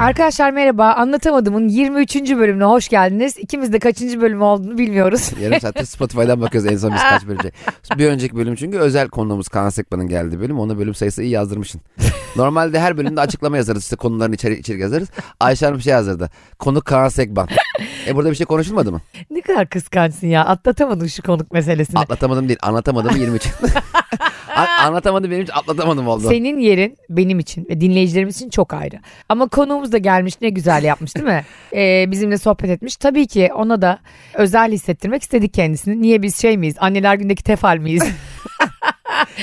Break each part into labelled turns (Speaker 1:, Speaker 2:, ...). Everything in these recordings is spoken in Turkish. Speaker 1: Arkadaşlar merhaba. Anlatamadım'ın 23. bölümüne hoş geldiniz. İkimiz de kaçıncı bölüm olduğunu bilmiyoruz.
Speaker 2: Yarım saatte Spotify'dan bakıyoruz en son biz kaç bölümce. Bir önceki bölüm çünkü özel konuğumuz Kaan Sekman'ın geldiği bölüm. Ona bölüm sayısı iyi yazdırmışsın. Normalde her bölümde açıklama yazarız. İşte konuların içeri, içerik yazarız. Ayşe Hanım şey yazdırdı. Konu Kaan Sekban. E burada bir şey konuşulmadı mı?
Speaker 1: ne kadar kıskançsın ya. Atlatamadın şu konuk meselesini.
Speaker 2: Atlatamadım değil. Anlatamadım 23. A- anlatamadım benim için atlatamadım oldu.
Speaker 1: Senin yerin benim için ve dinleyicilerimiz için çok ayrı. Ama konuğumuz da gelmiş ne güzel yapmış değil mi? Ee, bizimle sohbet etmiş. Tabii ki ona da özel hissettirmek istedik kendisini. Niye biz şey miyiz? Anneler gündeki tefal miyiz?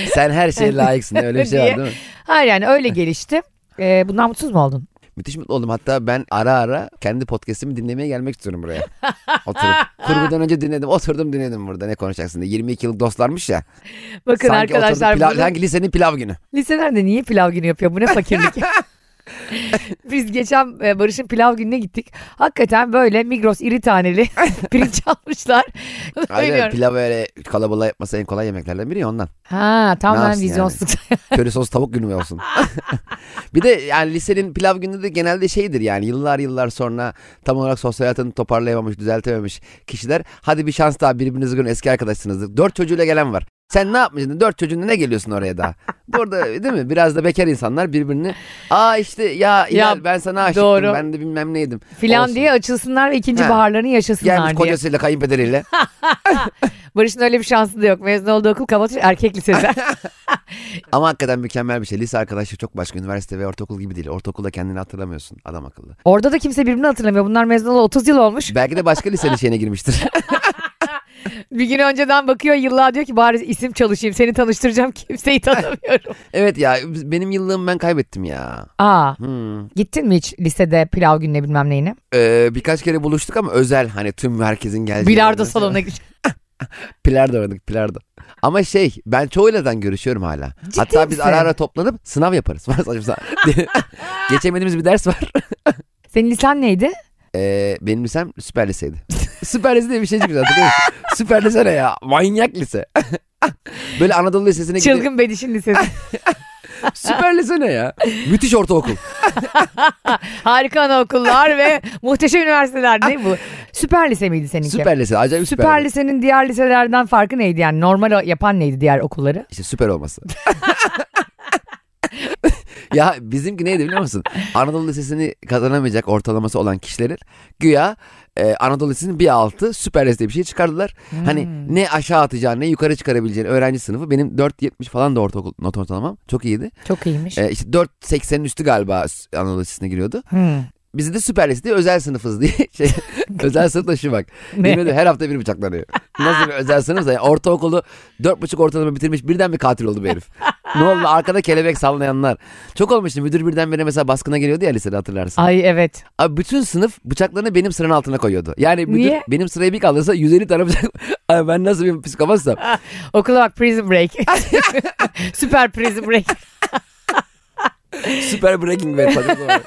Speaker 2: Sen her şeye layıksın. Öyle bir şey var
Speaker 1: Diye.
Speaker 2: değil mi?
Speaker 1: Hayır yani öyle gelişti. Ee, bundan mutsuz mu oldun?
Speaker 2: Müthiş mutlu oldum. Hatta ben ara ara kendi podcast'imi dinlemeye gelmek istiyorum buraya. Oturup. Kurgudan önce dinledim. Oturdum dinledim burada. Ne konuşacaksın diye. 22 yıllık dostlarmış ya.
Speaker 1: Bakın
Speaker 2: sanki oturduk
Speaker 1: arkadaşlar
Speaker 2: pilav,
Speaker 1: bunu-
Speaker 2: sanki lisenin pilav günü.
Speaker 1: Liselerde niye pilav günü yapıyor? Bu ne fakirlik? Biz geçen e, Barış'ın pilav gününe gittik. Hakikaten böyle Migros iri taneli pirinç almışlar.
Speaker 2: Aynen
Speaker 1: Bilmiyorum.
Speaker 2: pilav öyle kalabalığa yapması en kolay yemeklerden biri ya ondan.
Speaker 1: Ha
Speaker 2: Ne
Speaker 1: tamamen
Speaker 2: yapsın
Speaker 1: vizyonsuzluk.
Speaker 2: Köri sos tavuk günü mü olsun? bir de yani lisenin pilav günü de genelde şeydir yani yıllar yıllar sonra tam olarak sosyal hayatını toparlayamamış, düzeltememiş kişiler. Hadi bir şans daha birbirinizi görün eski arkadaşsınızdır. Dört çocuğuyla gelen var. Sen ne yapmışsın? Dört çocuğunla ne geliyorsun oraya daha? Burada değil mi? Biraz da bekar insanlar birbirini. Aa işte ya, İlal, ben sana aşıktım.
Speaker 1: doğru.
Speaker 2: Ben de bilmem neydim.
Speaker 1: Filan
Speaker 2: Olsun.
Speaker 1: diye açılsınlar ve ikinci
Speaker 2: Ha.
Speaker 1: baharlarını yaşasınlar
Speaker 2: Gelmiş
Speaker 1: diye.
Speaker 2: kocasıyla kayınpederiyle.
Speaker 1: Barış'ın öyle bir şansı da yok. Mezun olduğu okul kapatıyor erkek lisesi.
Speaker 2: Ama hakikaten mükemmel bir şey. Lise arkadaşlığı çok başka. Üniversite ve ortaokul gibi değil. Ortaokulda kendini hatırlamıyorsun adam akıllı.
Speaker 1: Orada da kimse birbirini hatırlamıyor. Bunlar mezun olalı 30 yıl olmuş.
Speaker 2: Belki de başka lisenin şeyine girmiştir.
Speaker 1: Bir gün önceden bakıyor yıllığa diyor ki bari isim çalışayım seni tanıştıracağım kimseyi tanımıyorum.
Speaker 2: evet ya biz- benim yıllığımı ben kaybettim ya.
Speaker 1: Aa
Speaker 2: Hmm.
Speaker 1: gittin mi hiç lisede pilav gününe bilmem neyine?
Speaker 2: Ee, birkaç kere buluştuk ama özel hani tüm herkesin geldiği.
Speaker 1: Bilardo salonuna git.
Speaker 2: Pilardo oynadık pilardo. Ama şey ben çoğuyladan görüşüyorum hala.
Speaker 1: Ciddi
Speaker 2: Hatta biz
Speaker 1: misin?
Speaker 2: ara ara toplanıp sınav yaparız. Var saçma sapan. Geçemediğimiz bir ders var.
Speaker 1: Senin lisan neydi?
Speaker 2: Ee, benim lisem süper liseydi. süper lise diye bir şey çıkmış hatırlıyor musun? süper lise ne ya? Manyak lise. Böyle Anadolu Lisesi'ne gidip
Speaker 1: Çılgın Bediş'in lisesi.
Speaker 2: süper lise ne ya? Müthiş ortaokul.
Speaker 1: Harika anaokullar ve muhteşem üniversiteler değil bu? Süper lise miydi seninki?
Speaker 2: Süper lise. Acayip süper.
Speaker 1: Süper lisenin diğer liselerden farkı neydi yani? Normal o- yapan neydi diğer okulları?
Speaker 2: İşte süper olması. ya bizimki neydi biliyor musun? Anadolu Lisesi'ni kazanamayacak ortalaması olan kişilerin güya e, Anadolu Lisesi'nin bir altı süper lise diye bir şey çıkardılar. Hani ne aşağı atacağını ne yukarı çıkarabileceğini öğrenci sınıfı benim 4.70 falan da ortaokul not ortalamam çok iyiydi.
Speaker 1: Çok iyiymiş.
Speaker 2: E, işte 4.80'in üstü galiba Anadolu Lisesi'ne giriyordu.
Speaker 1: Hmm.
Speaker 2: Bizi de süper lise diye özel sınıfız diye şey, özel sınıf da şu bak.
Speaker 1: Ne?
Speaker 2: Yemin ediyorum her hafta bir bıçaklanıyor. Nasıl bir özel sınıfsa yani ortaokulu dört buçuk ortalama bitirmiş birden bir katil oldu bu herif. ne oldu arkada kelebek sallayanlar. Çok olmuştu müdür birden bire mesela baskına geliyordu ya lisede hatırlarsın.
Speaker 1: Ay evet.
Speaker 2: Abi bütün sınıf bıçaklarını benim sıranın altına koyuyordu. Yani müdür
Speaker 1: Niye?
Speaker 2: benim sırayı bir kaldırsa 150 tane bıçak. Ay ben nasıl bir psikopatsam.
Speaker 1: Okula bak Prison Break. Süper Prison Break.
Speaker 2: Süper Breaking Bad. falan.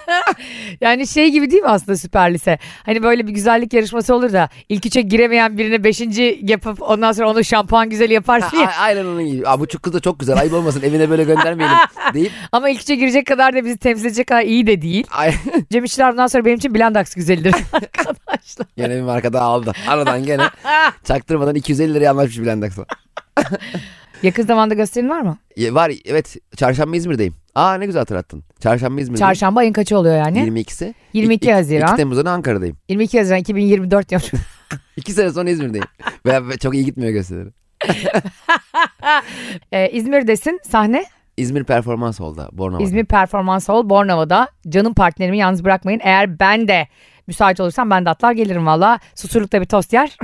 Speaker 1: Yani şey gibi değil mi aslında süper lise? Hani böyle bir güzellik yarışması olur da ilk üçe giremeyen birine beşinci yapıp ondan sonra onu şampuan güzeli yaparsın
Speaker 2: A-
Speaker 1: ya.
Speaker 2: Aynen onun gibi. Aa, bu çok- kız da çok güzel ayıp olmasın evine böyle göndermeyelim deyip.
Speaker 1: Ama ilk üçe girecek kadar da bizi temsil edecek kadar iyi de değil.
Speaker 2: Ay,
Speaker 1: Cem İşçiler bundan sonra benim için Blendax güzelidir arkadaşlar.
Speaker 2: gene bir marka daha aldı. Aradan gene çaktırmadan 250 liraya anlaşmış Blendax'la.
Speaker 1: Yakın zamanda gösterin var mı?
Speaker 2: Ya Var evet çarşamba İzmir'deyim. Aa ne güzel hatırlattın. Çarşamba İzmir'deyim.
Speaker 1: Çarşamba ayın kaçı oluyor yani?
Speaker 2: 22'si.
Speaker 1: 22
Speaker 2: İ- i-
Speaker 1: Haziran.
Speaker 2: 2 Temmuz'da Ankara'dayım.
Speaker 1: 22 Haziran 2024 yapmış.
Speaker 2: 2 sene sonra İzmir'deyim. ve, ve çok iyi gitmiyor gösterileri.
Speaker 1: Ee, İzmir'desin sahne.
Speaker 2: İzmir Performans Hall'da Bornova'da.
Speaker 1: İzmir Performans Hall Bornova'da. Canım partnerimi yalnız bırakmayın. Eğer ben de müsait olursam ben de atlar gelirim valla. Susurlukta bir tost yer.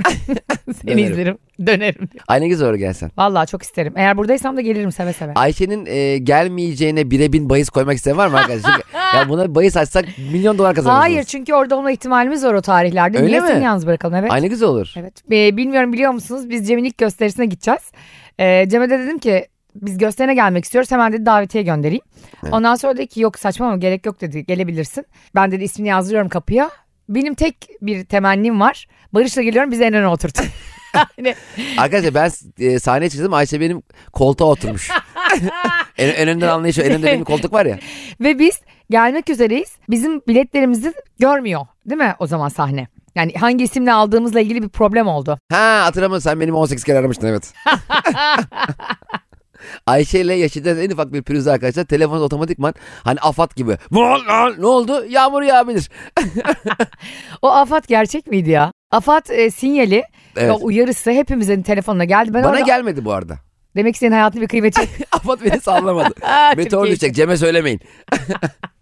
Speaker 1: Seni
Speaker 2: Dönerim.
Speaker 1: izlerim. Dönerim.
Speaker 2: Ay ne güzel olur gelsen.
Speaker 1: Valla çok isterim. Eğer buradaysam da gelirim seve seve.
Speaker 2: Ayşe'nin e, gelmeyeceğine bire bin bahis koymak isteyen var mı arkadaşlar? Çünkü ya buna bahis açsak milyon dolar kazanırız.
Speaker 1: Hayır çünkü orada olma ihtimalimiz var o tarihlerde.
Speaker 2: Öyle
Speaker 1: Niye
Speaker 2: mi?
Speaker 1: seni yalnız bırakalım evet.
Speaker 2: Ay ne güzel olur.
Speaker 1: Evet. Ee, bilmiyorum biliyor musunuz biz Cem'in ilk gösterisine gideceğiz. Ee, Cem'e de dedim ki biz gösterine gelmek istiyoruz hemen dedi davetiye göndereyim.
Speaker 2: Evet.
Speaker 1: Ondan sonra dedi ki yok saçma ama gerek yok dedi gelebilirsin. Ben dedi ismini yazdırıyorum kapıya. Benim tek bir temennim var. Barış'la geliyorum bizi en öne oturt. yani,
Speaker 2: Arkadaşlar ben e, sahneye çıktım Ayşe benim koltuğa oturmuş. En, en önden anlayış o. En önde benim koltuk var ya.
Speaker 1: Ve biz gelmek üzereyiz. Bizim biletlerimizi görmüyor değil mi o zaman sahne? Yani hangi isimle aldığımızla ilgili bir problem oldu.
Speaker 2: Ha hatırlamıyorum sen benim 18 kere aramıştın evet. Ayşe ile Yaşı'dan en ufak bir pürüzde arkadaşlar telefonunuz otomatikman hani afat gibi. "Lan, lan, Ne oldu? Yağmur yağabilir.
Speaker 1: O afat gerçek miydi ya? Afat e, sinyali,
Speaker 2: Evet.
Speaker 1: o uyarısı hepimizin telefonuna geldi. Ben
Speaker 2: Bana
Speaker 1: orada-
Speaker 2: gelmedi bu arada.
Speaker 1: Demek ki senin hayatın bir kıymeti.
Speaker 2: Afat beni sallamadı.
Speaker 1: Aa,
Speaker 2: Meteor
Speaker 1: Türkiye.
Speaker 2: düşecek Cem'e söylemeyin.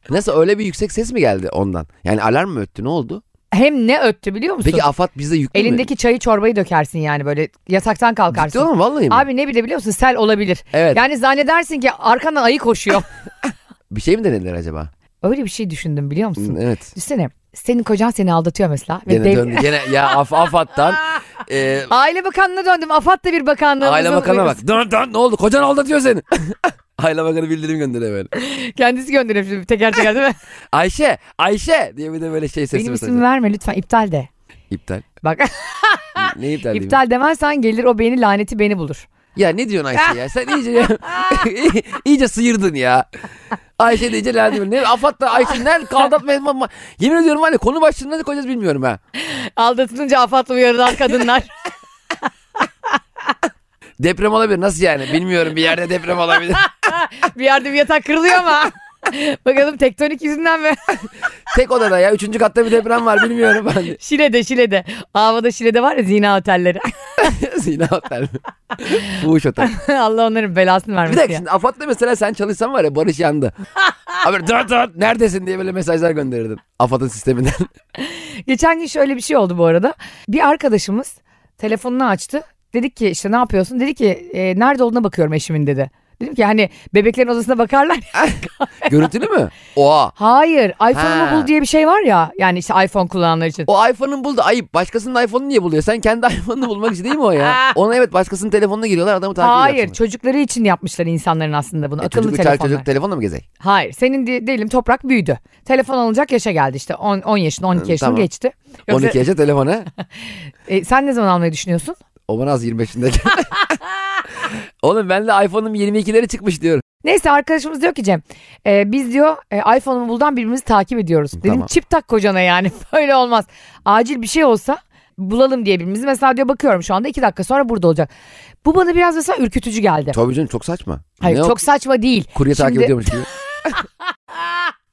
Speaker 2: Nasıl öyle bir yüksek ses mi geldi ondan? Yani alarm mı öttü ne oldu?
Speaker 1: Hem ne öttü biliyor musun?
Speaker 2: Peki afat bize yüklü mü?
Speaker 1: Elindeki çayı çorbayı dökersin yani böyle yataktan
Speaker 2: Ciddi
Speaker 1: kalkarsın.
Speaker 2: olan vallahi mi?
Speaker 1: Abi ne bile biliyor musun sel olabilir.
Speaker 2: evet.
Speaker 1: Yani zannedersin ki arkandan ayı koşuyor.
Speaker 2: Bir şey mi denediler acaba?
Speaker 1: Öyle bir şey düşündüm biliyor musun?
Speaker 2: Evet.
Speaker 1: Düşünsene senin kocan seni aldatıyor mesela. Ve
Speaker 2: Gene
Speaker 1: dev-
Speaker 2: döndü. Gene ya af, afattan e,
Speaker 1: Aile bakanına döndüm. Afat da bir bakanlığımızın
Speaker 2: aile bakanına bak. Dön dön ne oldu? Kocan aldatıyor seni. aile bakanı bildirim gönderiyor böyle.
Speaker 1: Kendisi gönderiyor şimdi teker teker değil mi?
Speaker 2: Ayşe, Ayşe diye bir de böyle şey sesi
Speaker 1: Benim
Speaker 2: mesajı.
Speaker 1: ismimi verme lütfen iptal de.
Speaker 2: İptal.
Speaker 1: Bak
Speaker 2: Ne iptal, diyeyim?
Speaker 1: iptal demezsen gelir o beni laneti beni bulur.
Speaker 2: Ya ne diyorsun Ayşe ya? Sen iyice iyice sıyırdın ya. Ayşe de iyice lanet. Ne afat da Ayşe nerede kaldatmayın ama. Yemin ediyorum var ya konu başlığını ne koyacağız bilmiyorum ha.
Speaker 1: Aldatılınca afatla uyarılan kadınlar.
Speaker 2: Deprem olabilir nasıl yani? Bilmiyorum bir yerde deprem olabilir.
Speaker 1: bir yerde bir yatak kırılıyor ama. Bakalım tektonik yüzünden mi?
Speaker 2: Tek odada ya. Üçüncü katta bir deprem var bilmiyorum ben de.
Speaker 1: Şile'de Şile'de. Ava'da Şile'de var ya zina otelleri.
Speaker 2: Zina otel mi? Fuhuş otel.
Speaker 1: Allah onların belasını
Speaker 2: Bir
Speaker 1: vermesin
Speaker 2: dakika
Speaker 1: ya.
Speaker 2: şimdi Afat'la mesela sen çalışsan var ya Barış yandı. Abi dört dört neredesin diye böyle mesajlar gönderirdin. Afat'ın sisteminden.
Speaker 1: Geçen gün şöyle bir şey oldu bu arada. Bir arkadaşımız telefonunu açtı. Dedik ki işte ne yapıyorsun? Dedi ki "E, nerede olduğuna bakıyorum eşimin dedi. Dedim ki hani bebeklerin odasına bakarlar. ya.
Speaker 2: Görüntülü mü? Oha.
Speaker 1: Hayır iPhone'umu
Speaker 2: Ha.
Speaker 1: bul diye bir şey var ya. Yani işte iPhone kullananlar için.
Speaker 2: O iPhone'un buldu ayıp. Başkasının iPhone'unu niye buluyor? Sen kendi iPhone'unu bulmak için değil mi o ya? Ona evet başkasının telefonuna giriyorlar adamı takip ediyorlar.
Speaker 1: Hayır çocukları için yapmışlar insanların aslında bunu.
Speaker 2: E,
Speaker 1: Akıllı
Speaker 2: çocuk, bir tane
Speaker 1: telefonlar.
Speaker 2: çocuk telefonla mı gezecek?
Speaker 1: Hayır senin de, diyelim toprak büyüdü. Telefon alınacak yaşa geldi işte 10, 10 yaşında 12 yaşında
Speaker 2: tamam.
Speaker 1: geçti. Yoksa-
Speaker 2: 12 yaşa telefona.
Speaker 1: E, sen ne zaman almayı düşünüyorsun?
Speaker 2: O bana az 25'indeki. Oğlum ben de iPhone'um 22'leri çıkmış diyorum.
Speaker 1: Neyse arkadaşımız diyor ki Cem e, biz diyor e, iPhone'umu buldan birbirimizi takip ediyoruz. Dedim
Speaker 2: Tamam.
Speaker 1: çip tak kocana yani böyle olmaz. Acil bir şey olsa bulalım diye birbirimizi. Mesela diyor bakıyorum şu anda iki dakika sonra burada olacak. Bu bana biraz mesela ürkütücü geldi.
Speaker 2: Tabii canım çok saçma.
Speaker 1: Hayır
Speaker 2: ne o?
Speaker 1: çok saçma değil.
Speaker 2: Kurye takip
Speaker 1: Şimdi-
Speaker 2: ediyormuş gibi.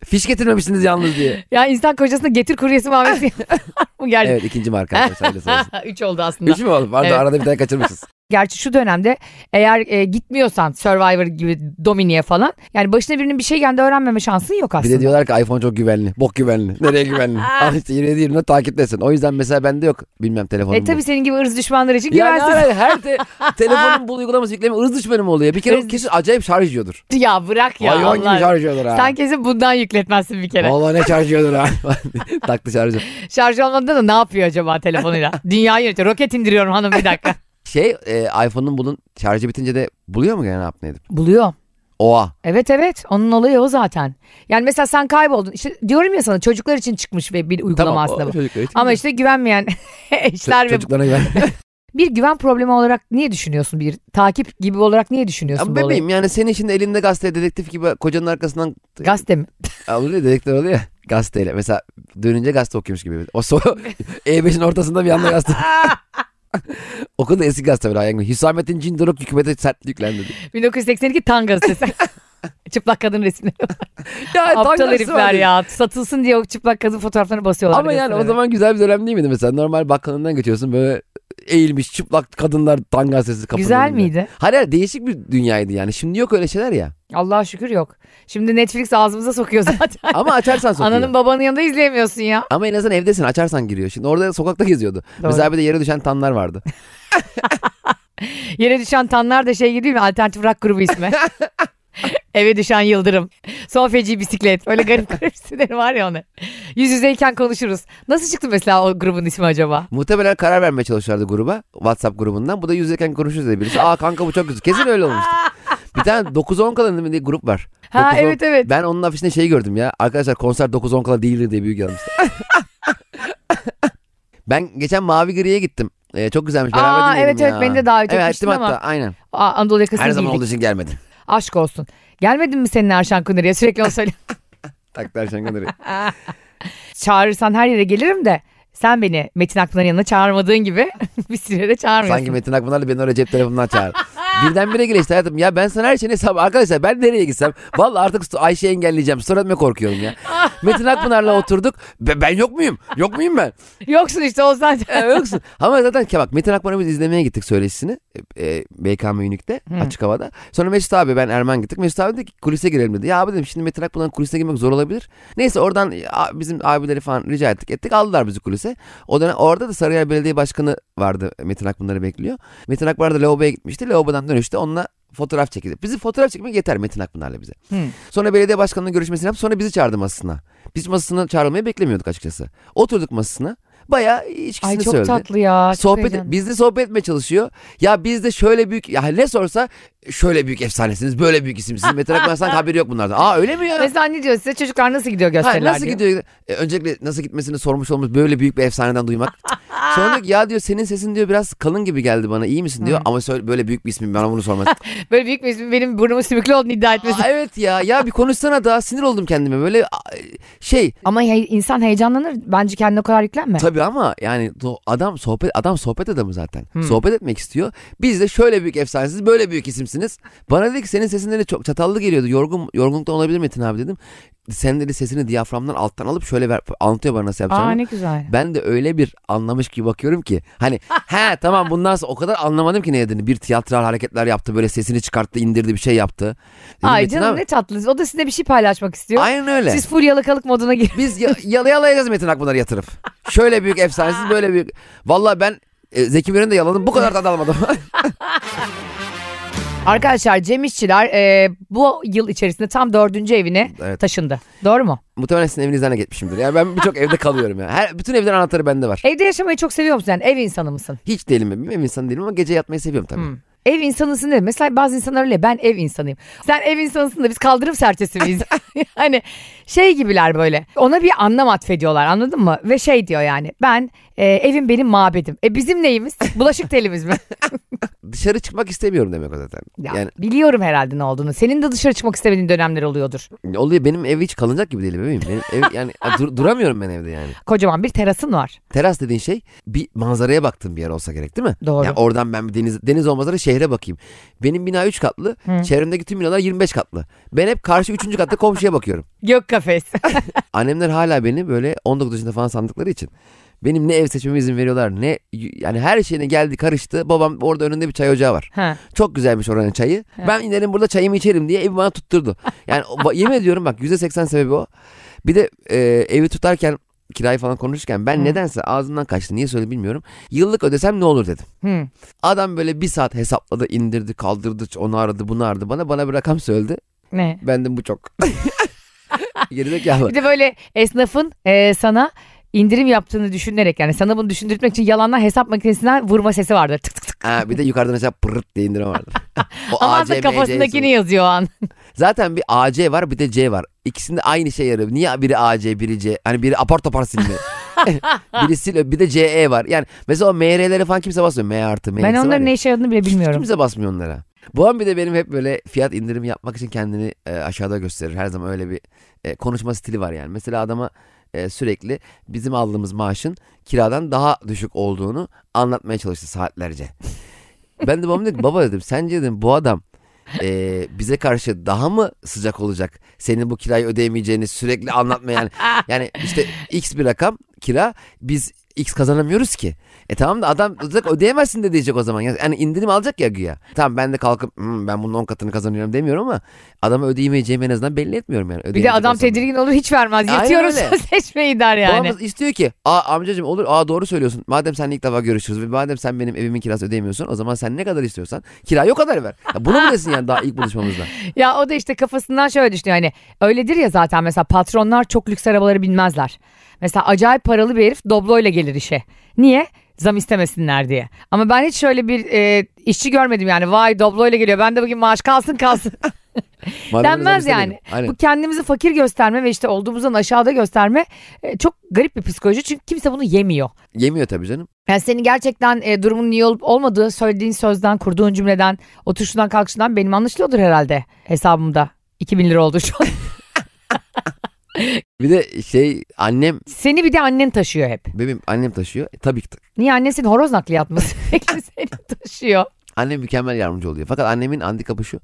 Speaker 2: Fiş getirmemişsiniz yalnız diye.
Speaker 1: Ya insan kocasına getir kuryesi muamelesi bu geldi.
Speaker 2: Evet ikinci marka arkadaşlar. hayırlısı olsun.
Speaker 1: Üç oldu aslında.
Speaker 2: Üç mü oldu? Pardon
Speaker 1: Evet.
Speaker 2: arada bir tane kaçırmışız.
Speaker 1: Gerçi şu dönemde eğer e, gitmiyorsan Survivor gibi Dominik'e falan yani başına birinin bir şey geldi öğrenmeme şansın yok
Speaker 2: Bir
Speaker 1: aslında.
Speaker 2: de diyorlar ki iPhone çok güvenli. Bok güvenli. Nereye güvenli? Al işte 27 20 takiplesin. O yüzden mesela bende yok bilmem telefonum.
Speaker 1: e tabii senin gibi ırz düşmanları için
Speaker 2: Ya ne
Speaker 1: güvensiz.
Speaker 2: ara- her te- telefonun bu uygulaması yükleme ırz düşmanı mı oluyor? Bir kere o kesin acayip şarj yiyordur.
Speaker 1: Ya bırak ya
Speaker 2: Hayvan gibi
Speaker 1: Allah.
Speaker 2: şarj yiyordur ha.
Speaker 1: Sen kesin bundan yükletmezsin bir kere.
Speaker 2: Vallahi ne şarj yiyordur ha. Taktı şarjı.
Speaker 1: Şarj olmadan da ne yapıyor acaba telefonuyla? Dünyayı yönetiyor. Roket indiriyorum hanım bir dakika.
Speaker 2: Şey e, iPhone'un bunun şarjı bitince de buluyor mu gene ne yap ne edip?
Speaker 1: Buluyor.
Speaker 2: Oha.
Speaker 1: Evet evet onun olayı o zaten. Yani mesela sen kayboldun. İşte diyorum ya sana çocuklar için çıkmış ve bir uygulama
Speaker 2: Tamam.
Speaker 1: aslında
Speaker 2: o
Speaker 1: bu.
Speaker 2: çocuklar için
Speaker 1: Ama
Speaker 2: güzel.
Speaker 1: işte güvenmeyen eşler
Speaker 2: Ço-
Speaker 1: ve
Speaker 2: çocuklarına güven.
Speaker 1: bir güven problemi olarak niye düşünüyorsun bir takip gibi olarak niye düşünüyorsun
Speaker 2: Ama
Speaker 1: bu olayı?
Speaker 2: bebeğim yani senin şimdi elinde gazete dedektif gibi kocanın arkasından
Speaker 1: Gazete mi?
Speaker 2: Olur ya dedektif oluyor ya gazeteyle. Mesela dönünce gazete okuyormuş gibi. O so E5'in ortasında bir anda gazete. Okudu eski gazete böyle. Yani Hüsamettin Cindoruk hükümete sert yüklendi. diye.
Speaker 1: 1982 Tan gazetesi. çıplak kadın resmi.
Speaker 2: Ya,
Speaker 1: Aptal
Speaker 2: tanrısı var
Speaker 1: herifler
Speaker 2: diye.
Speaker 1: ya. Satılsın diye o çıplak kadın fotoğraflarını basıyorlar.
Speaker 2: Ama yani o
Speaker 1: resmine.
Speaker 2: zaman güzel bir dönem değil miydi mesela? Normal bakkalından geçiyorsun böyle eğilmiş çıplak kadınlar tan gazetesi kapının
Speaker 1: Güzel
Speaker 2: önünde.
Speaker 1: miydi?
Speaker 2: Hayır hayır değişik bir dünyaydı yani. Şimdi yok öyle şeyler ya.
Speaker 1: Allah'a şükür yok. Şimdi Netflix ağzımıza sokuyor zaten.
Speaker 2: Ama açarsan sokuyor.
Speaker 1: Ananın babanın yanında izleyemiyorsun ya.
Speaker 2: Ama en azından evdesin açarsan giriyor. Şimdi orada sokakta geziyordu.
Speaker 1: Doğru.
Speaker 2: Mesela bir de yere düşen tanlar vardı.
Speaker 1: Yere düşen tanlar da şey gibi değil mi? Alternatif rock grubu ismi. Eve düşen yıldırım. Son feci bisiklet. Öyle garip garip isimleri var ya onun. Yüz yüzeyken konuşuruz. Nasıl çıktı mesela o grubun ismi acaba?
Speaker 2: Muhtemelen karar vermeye çalışıyorlardı gruba. WhatsApp grubundan. Bu da yüzeyken konuşuruz dedi birisi. Aa kanka bu çok güzel. Kesin öyle olmuştu. Bir tane 9-10 kalanı mı diye grup var.
Speaker 1: Ha
Speaker 2: 9-10
Speaker 1: evet evet.
Speaker 2: Ben onun afişinde şeyi gördüm ya. Arkadaşlar konser 9-10 kala değildir diye büyük yazmıştı. ben geçen Mavi Gri'ye gittim. Ee, çok güzelmiş. Beraber
Speaker 1: Aa,
Speaker 2: dinleyelim
Speaker 1: evet,
Speaker 2: ya.
Speaker 1: evet, beni de davet
Speaker 2: evet,
Speaker 1: etmiştin
Speaker 2: ettim
Speaker 1: ama
Speaker 2: hatta aynen.
Speaker 1: Aa, Anadolu yakasını
Speaker 2: Her zaman
Speaker 1: bildik.
Speaker 2: olduğu için gelmedim.
Speaker 1: Aşk olsun. Gelmedin mi senin Erşan Kuneri'ye sürekli onu söyle.
Speaker 2: Taklar şangınları.
Speaker 1: Çağırırsan her yere gelirim de sen beni Metin Akpınar'ın yanına çağırmadığın gibi bir süre de çağırmıyorsun.
Speaker 2: Sanki Metin Akpınar'la beni oraya cep telefonundan çağır. Birdenbire gelişti hayatım. Ya ben sana her şeyin hesabı. Arkadaşlar ben nereye gitsem. Vallahi artık Ayşe'yi engelleyeceğim. Sonra korkuyorum ya. Metin Akpınar'la oturduk. Be- ben yok muyum? Yok muyum ben?
Speaker 1: Yoksun işte o
Speaker 2: Ya
Speaker 1: zaten.
Speaker 2: yoksun. Ama zaten ki bak Metin Akpınar'ı biz izlemeye gittik söyleşisini. E, e, BKM Unique'de açık havada. Sonra Mesut abi ben Erman gittik. Mesut abi dedi ki kulise girelim dedi. Ya abi dedim şimdi Metin Akpınar'ın kulisine girmek zor olabilir. Neyse oradan e, a- bizim abileri falan rica ettik ettik. Aldılar bizi kulise. O dönem orada da Sarıyer Belediye Başkanı vardı Metin Akpınar'ı bekliyor. Metin Akpınar da lavaboya gitmişti. Lavabodan dönüşte onunla fotoğraf çekildi. Bizi fotoğraf çekmek yeter Metin Akpınar'la bize.
Speaker 1: Hmm.
Speaker 2: Sonra belediye başkanının görüşmesini yaptı. Sonra bizi çağırdı masasına. Biz masasına çağrılmayı beklemiyorduk açıkçası. Oturduk masasına. Bayağı içkisini
Speaker 1: Ay çok
Speaker 2: söyledi.
Speaker 1: tatlı ya. Çok
Speaker 2: sohbet
Speaker 1: heyecanlı.
Speaker 2: bizle sohbet etmeye çalışıyor. Ya bizde şöyle büyük ya ne sorsa şöyle büyük efsanesiniz, böyle büyük isimsiniz. Metin Akpınar sanki haberi yok bunlardan. Aa öyle mi ya?
Speaker 1: Mesela ne diyor size çocuklar nasıl gidiyor
Speaker 2: Ha,
Speaker 1: gösteriler
Speaker 2: nasıl
Speaker 1: diyor.
Speaker 2: gidiyor? E, öncelikle nasıl gitmesini sormuş olmuş böyle büyük bir efsaneden duymak. Sonra diyor ki, ya diyor senin sesin diyor biraz kalın gibi geldi bana iyi misin diyor. Ama söyle, böyle büyük bir ismin bana bunu sormaz.
Speaker 1: Böyle büyük bir ismin benim burnumu sümüklü olduğunu iddia etmesi.
Speaker 2: Aa, evet ya ya bir konuşsana daha sinir oldum kendime böyle a- şey
Speaker 1: Ama he- insan heyecanlanır. Bence kendine o kadar yüklenme.
Speaker 2: Tabii ama yani do- adam sohbet adam sohbet adamı zaten.
Speaker 1: Hmm.
Speaker 2: Sohbet etmek istiyor. Biz de şöyle büyük efsanesiniz, böyle büyük isimsiniz. Bana dedi ki senin sesinden de çok çatallı geliyordu. Yorgun yorgunluktan olabilir Metin abi dedim. Sen dedi sesini diyaframdan alttan alıp şöyle ver, anlatıyor bana
Speaker 1: Aa
Speaker 2: nasıl yapacağını.
Speaker 1: ne güzel.
Speaker 2: Ben de öyle bir anlamış gibi bakıyorum ki hani he tamam bundan sonra o kadar anlamadım ki ne dediğini. Bir tiyatral hareketler yaptı böyle sesini çıkarttı indirdi bir şey yaptı. Dedim,
Speaker 1: Ay
Speaker 2: "Metin
Speaker 1: canım
Speaker 2: abi,
Speaker 1: ne tatlı. O da sizinle bir şey paylaşmak istiyor.
Speaker 2: Aynen öyle.
Speaker 1: Siz full yalakalık moduna gir.
Speaker 2: Biz ya- yalı yalayacağız Metin Akpınar'ı yatırıp. Şöyle büyük efsanesiz böyle büyük. Valla ben e, Zeki Müren'i de yaladım bu kadar da alamadım.
Speaker 1: Arkadaşlar Cem İşçiler e, bu yıl içerisinde tam dördüncü evine
Speaker 2: Evet.
Speaker 1: taşındı. Doğru mu?
Speaker 2: Muhtemelen sizin evinizden de gitmişimdir. Yani ben birçok evde kalıyorum ya. Her, bütün evlerin anahtarı bende var.
Speaker 1: Evde yaşamayı çok seviyor musun? Yani ev insanı mısın?
Speaker 2: Hiç değilim ben. Ev insanı değilim ama gece yatmayı seviyorum tabii.
Speaker 1: Ev insanısın dedim. Mesela bazı insanlar öyle ben ev insanıyım. Sen ev insanısın da biz kaldırım serçesi miyiz? hani şey gibiler böyle. Ona bir anlam atfediyorlar anladın mı? Ve şey diyor yani ben e, evim benim mabedim. E bizim neyimiz? Bulaşık telimiz mi?
Speaker 2: Dışarı çıkmak istemiyorum demek o zaten.
Speaker 1: Ya,
Speaker 2: Yani
Speaker 1: Biliyorum herhalde ne olduğunu. Senin de dışarı çıkmak istemediğin dönemler oluyordur.
Speaker 2: oluyor benim ev hiç kalınacak gibi değil bebeğim. Benim ev, yani dur- duramıyorum ben evde yani.
Speaker 1: Kocaman bir terasın var.
Speaker 2: Teras dediğin şey bir manzaraya baktığın bir yer olsa gerek değil mi?
Speaker 1: Doğru.
Speaker 2: Yani oradan ben bir deniz, deniz olmasa da şehre bakayım. Benim bina 3 katlı, çevremdeki tüm binalar 25 katlı. Ben hep karşı 3. katta komşuya bakıyorum.
Speaker 1: Gök kafes.
Speaker 2: Annemler hala beni böyle 19 yaşında falan sandıkları için benim ne ev seçmeme izin veriyorlar ne yani her şeyine geldi karıştı. Babam orada önünde bir çay ocağı var.
Speaker 1: ha.
Speaker 2: Çok güzelmiş oranın çayı. Ben inerim burada çayımı içerim diye evi bana tutturdu. Yani o- ba- yemin ediyorum bak %80 sebebi o. Bir de e, evi tutarken kirayı falan konuşurken ben nedense ağzımdan kaçtı niye söyle bilmiyorum. Yıllık ödesem ne olur dedim.
Speaker 1: Hı.
Speaker 2: Adam böyle bir saat hesapladı indirdi kaldırdı onu aradı bunu aradı bana bana bir rakam söyledi.
Speaker 1: Ne?
Speaker 2: Bendim bu çok. Gerizekalı.
Speaker 1: Bir de böyle esnafın e, sana indirim yaptığını düşünerek yani sana bunu düşündürtmek için yalandan hesap makinesinden vurma sesi vardır. Tık tık tık.
Speaker 2: Ha, bir de yukarıdan aşağı pırırt diye indirim vardı. O
Speaker 1: Ama
Speaker 2: AC,
Speaker 1: aslında kafasındakini
Speaker 2: MC.
Speaker 1: yazıyor o an.
Speaker 2: Zaten bir AC var bir de C var. İkisinde aynı şey yarıyor. Niye biri AC biri C? Hani biri apar topar silme. biri sil bir de CE var. Yani mesela o MR'lere falan kimse basmıyor. M artı M
Speaker 1: ben
Speaker 2: eksi var ya.
Speaker 1: onların ne işe yaradığını bile bilmiyorum.
Speaker 2: Kimse basmıyor onlara. Bu an bir de benim hep böyle fiyat indirimi yapmak için kendini e, aşağıda gösterir. Her zaman öyle bir e, konuşma stili var yani. Mesela adama e, sürekli bizim aldığımız maaşın kiradan daha düşük olduğunu anlatmaya çalıştı saatlerce. Ben de babam dedim baba dedim sence dedim bu adam e, bize karşı daha mı sıcak olacak? Senin bu kirayı ödeyemeyeceğini sürekli anlatmaya yani. Yani işte x bir rakam kira biz x kazanamıyoruz ki. E tamam da adam uzak ödeyemezsin de diyecek o zaman. Yani indirim alacak ya güya. Tamam ben de kalkıp "Hmm, ben bunun 10 katını kazanıyorum demiyorum ama adama ödeyemeyeceğimi en azından belli etmiyorum yani.
Speaker 1: Bir de
Speaker 2: Ödeyemeyecek
Speaker 1: adam
Speaker 2: olsam da.
Speaker 1: tedirgin olur hiç vermez.
Speaker 2: Aynen
Speaker 1: Yatıyorum
Speaker 2: öyle.
Speaker 1: sözleşmeyi der yani.
Speaker 2: Babamız istiyor ki aa amcacığım olur aa doğru söylüyorsun. Madem sen ilk defa görüşürüz ve madem sen benim evimin kirası ödeyemiyorsun o zaman sen ne kadar istiyorsan kirayı o kadar ver. Ya bunu mu desin yani daha ilk buluşmamızda?
Speaker 1: Ya o da işte kafasından şöyle düşünüyor hani öyledir ya zaten mesela patronlar çok lüks arabaları bilmezler. Mesela acayip paralı bir herif Doblo'yla gelir işe. Niye? Zam istemesinler diye. Ama ben hiç şöyle bir e, işçi görmedim yani. Vay dobloyla geliyor. Ben de bugün maaş kalsın kalsın.
Speaker 2: Madem öyle
Speaker 1: Denmez
Speaker 2: zaten
Speaker 1: yani.
Speaker 2: istemedim. Aynen.
Speaker 1: Bu kendimizi fakir gösterme ve işte olduğumuzdan aşağıda gösterme e, çok garip bir psikoloji. Çünkü kimse bunu yemiyor.
Speaker 2: Yemiyor tabii canım.
Speaker 1: Yani senin gerçekten e, durumun iyi olup olmadığı söylediğin sözden, kurduğun cümleden, oturuşundan, kalkışından benim anlaşılıyordur herhalde hesabımda. 2000 lira oldu şu an.
Speaker 2: Bir de şey annem
Speaker 1: Seni bir de annen taşıyor hep.
Speaker 2: benim annem taşıyor. E, tabii ki ta-
Speaker 1: Niye annen senin horoz nakliyat mı? Sürekli seni taşıyor.
Speaker 2: annem mükemmel yardımcı oluyor. Fakat annemin handikapı şu.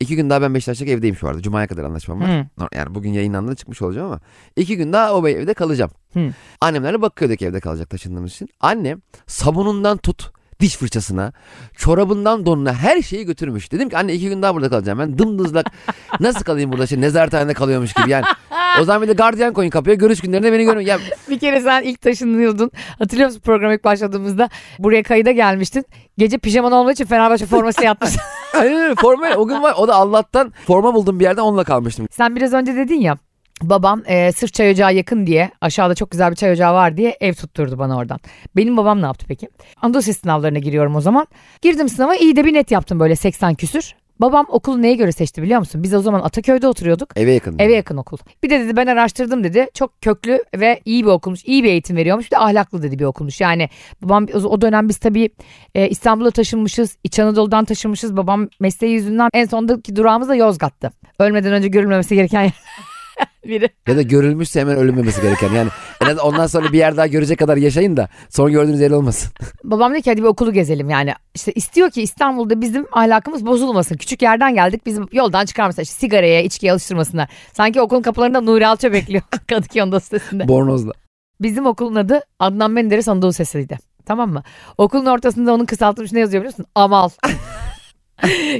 Speaker 2: İki gün daha ben Beşiktaş'taki evdeyim şu arada. Cuma'ya kadar anlaşmam var.
Speaker 1: Hı.
Speaker 2: No- Yani bugün yayınlandı çıkmış olacağım ama iki gün daha o evde kalacağım.
Speaker 1: Hı.
Speaker 2: Annemlerle Bakırköy'deki evde kalacak taşındığımız için. Annem sabunundan tut diş fırçasına, çorabından donuna her şeyi götürmüş. Dedim ki anne iki gün daha burada kalacağım. Ben dımdızlak nasıl kalayım burada? Şey, nezarethanede kalıyormuş gibi yani. O zaman bir de gardiyan koyun kapıya. Görüş günlerinde beni görün. Ya
Speaker 1: Bir kere sen ilk taşınıyordun. Hatırlıyor musun programa ilk başladığımızda? Buraya kayıda gelmiştin. Gece pijaman olmadığı için Fenerbahçe forması yatmışsın.
Speaker 2: Aynen öyle. Forma o gün var. O da Allah'tan forma buldum bir yerden onunla kalmıştım.
Speaker 1: Sen biraz önce dedin ya babam e, sırf çay ocağı yakın diye aşağıda çok güzel bir çay ocağı var diye ev tutturdu bana oradan. Benim babam ne yaptı peki? Anadolu Lisesi sınavlarına giriyorum o zaman. Girdim sınava iyi de bir net yaptım böyle 80 küsür. Babam okulu neye göre seçti biliyor musun? Biz o zaman Ataköy'de oturuyorduk.
Speaker 2: Eve yakın.
Speaker 1: Eve yakın okul. Bir de dedi ben araştırdım dedi. Çok köklü ve iyi bir okulmuş. iyi bir eğitim veriyormuş. Bir de ahlaklı dedi bir okulmuş. Yani babam o- o dönem biz tabii e, İstanbul'a taşınmışız. İç Anadolu'dan taşınmışız. Babam mesleği yüzünden en sondaki durağımız da Yozgat'tı. Ölmeden önce görülmemesi gereken yer. biri.
Speaker 2: Ya da görülmüşse hemen ölünmemesi gereken. Yani en az ondan sonra bir yer daha görecek kadar yaşayın da son gördüğünüz yer olmasın.
Speaker 1: Babam dedi ki hadi bir okulu gezelim yani. İşte istiyor ki İstanbul'da bizim ahlakımız bozulmasın. Küçük yerden geldik bizim yoldan çıkarmasınlar. İşte sigaraya, içkiye alıştırmasınlar. Sanki okulun kapılarında Nuri Alça bekliyor Kadıköy Onda sitesinde.
Speaker 2: Bornozla.
Speaker 1: Bizim okulun adı Adnan Menderes Anadolu Sesi'ydi. Tamam mı? Okulun ortasında onun kısaltılmış ne yazıyor biliyor musun? Amal.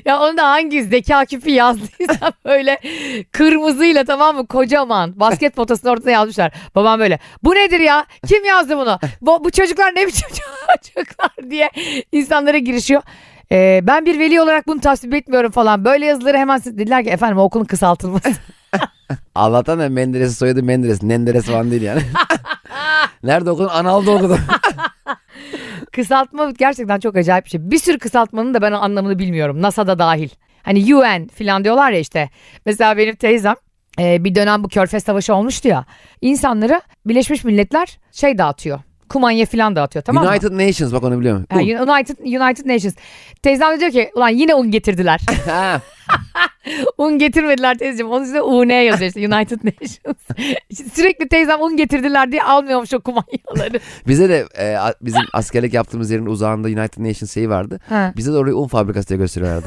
Speaker 1: ya onu da hangi zeka küpü yazdıysa böyle kırmızıyla tamam mı kocaman basket potasının ortasına yazmışlar. Babam böyle bu nedir ya kim yazdı bunu bu, bu çocuklar ne biçim çocuklar diye insanlara girişiyor. Ee, ben bir veli olarak bunu tasvip etmiyorum falan böyle yazıları hemen siz- dediler ki efendim o okulun kısaltılması.
Speaker 2: Allah'tan da Menderes'i soyadı Menderes. Nenderes falan değil yani. Nerede okudun? Anal'da okudum.
Speaker 1: Kısaltma gerçekten çok acayip bir şey. Bir sürü kısaltmanın da ben anlamını bilmiyorum. NASA'da dahil. Hani UN falan diyorlar ya işte. Mesela benim teyzem e, bir dönem bu Körfez Savaşı olmuştu ya. İnsanlara Birleşmiş Milletler şey dağıtıyor. Kumanya falan dağıtıyor tamam mı?
Speaker 2: United Nations bak onu biliyorum.
Speaker 1: Ha, United, United Nations. Teyzem de diyor ki ulan yine un getirdiler.
Speaker 2: Ha,
Speaker 1: un getirmediler teyzeciğim. Onun üstüne UN yazıyor işte United Nations. Sürekli teyzem un getirdiler diye almıyormuş o kumanyaları.
Speaker 2: bize de e, a- bizim askerlik yaptığımız yerin uzağında United Nations şeyi vardı.
Speaker 1: Ha.
Speaker 2: Bize de orayı un fabrikası diye gösteriyorlardı.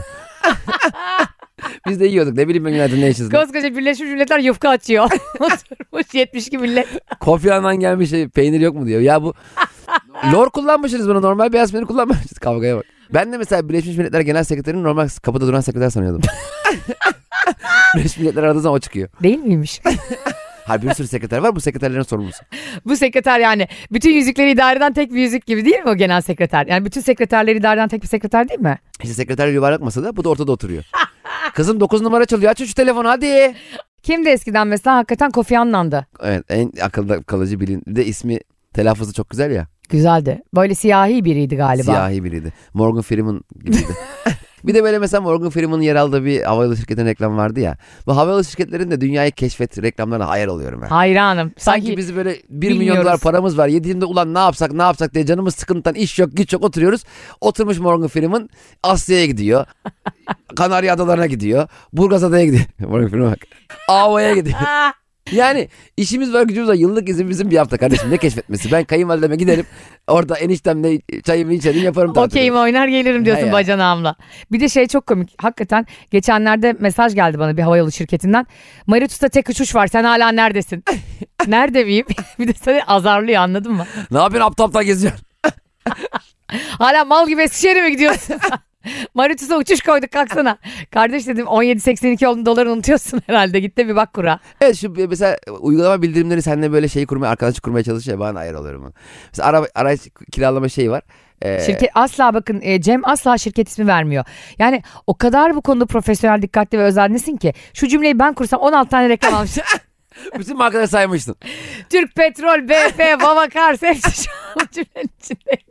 Speaker 2: Biz de yiyorduk. Ne bileyim ben United Nations'da.
Speaker 1: Koskoca Birleşmiş Milletler yufka açıyor. Oturmuş 72 millet.
Speaker 2: Kofi Annan gelmiş şey, peynir yok mu diyor. Ya bu lor kullanmışsınız bunu normal beyaz peynir kullanmamışsınız kavgaya bak. Ben de mesela Birleşmiş Milletler Genel Sekreterini normal kapıda duran sekreter sanıyordum. Birleşmiş Milletler aradığı zaman o çıkıyor.
Speaker 1: Değil miymiş?
Speaker 2: Ha bir sürü sekreter var bu sekreterlerin sorumlusu.
Speaker 1: Bu sekreter yani bütün yüzükleri idare eden tek bir yüzük gibi değil mi o genel sekreter? Yani bütün sekreterleri idare eden tek bir sekreter değil mi?
Speaker 2: İşte sekreter yuvarlak masada bu da ortada oturuyor. Kızım 9 numara çalıyor açın şu telefonu hadi.
Speaker 1: Kim de eskiden mesela hakikaten Kofi Annan'dı.
Speaker 2: Evet en akılda kalıcı bilin. Bir de ismi telaffuzu çok güzel ya.
Speaker 1: Güzeldi. Böyle siyahi biriydi galiba.
Speaker 2: Siyahi biriydi. Morgan Freeman gibiydi. bir de böyle mesela Morgan Freeman'ın yer aldığı bir havayolu şirketinin reklamı vardı ya. Bu havayolu şirketlerin de dünyayı keşfet reklamlarına hayal oluyorum ben.
Speaker 1: Hayranım.
Speaker 2: Sanki,
Speaker 1: Sanki,
Speaker 2: biz böyle 1 milyon
Speaker 1: bilmiyoruz.
Speaker 2: dolar paramız var. 7 yılda ulan ne yapsak ne yapsak diye canımız sıkıntıdan iş yok güç yok oturuyoruz. Oturmuş Morgan Freeman Asya'ya gidiyor. Kanarya Adaları'na gidiyor. Burgaz Adaya gidiyor. Morgan Freeman bak. Ava'ya gidiyor.
Speaker 1: Aa,
Speaker 2: Yani işimiz var gücümüz var. Yıllık izin bizim bir hafta kardeşim. Ne keşfetmesi? Ben kayınvalideme giderim. Orada eniştemle çayımı içerim yaparım tatilimi.
Speaker 1: okeyim oynar gelirim diyorsun
Speaker 2: He ya.
Speaker 1: bacanağımla. Bir de şey çok komik. Hakikaten geçenlerde mesaj geldi bana bir havayolu şirketinden. Maritus'ta tek uçuş var sen hala neredesin? Nerede miyim? bir de seni azarlıyor anladın mı?
Speaker 2: Ne yapıyorsun aptal aptal geziyorsun?
Speaker 1: Hala mal gibi Eskişehir'e mi gidiyorsun? Maritus'a uçuş koyduk kalksana. Kardeş dedim 17.82 olduğunu doları unutuyorsun herhalde. Git de bir bak kura.
Speaker 2: Evet şu mesela uygulama bildirimleri seninle böyle şey kurmaya, arkadaş kurmaya çalışıyor. Bana ayar oluyorum. onu. Mesela araba, araç kiralama şeyi var. Ee,
Speaker 1: Şirket asla bakın e, Cem asla şirket ismi vermiyor. Yani o kadar bu konuda profesyonel dikkatli ve özenlisin ki. Şu cümleyi ben kursam 16 tane reklam almışım.
Speaker 2: Bütün markaları saymıştın.
Speaker 1: Türk Petrol, BP, Vavakar hepsi şu an cümlenin içindeydi.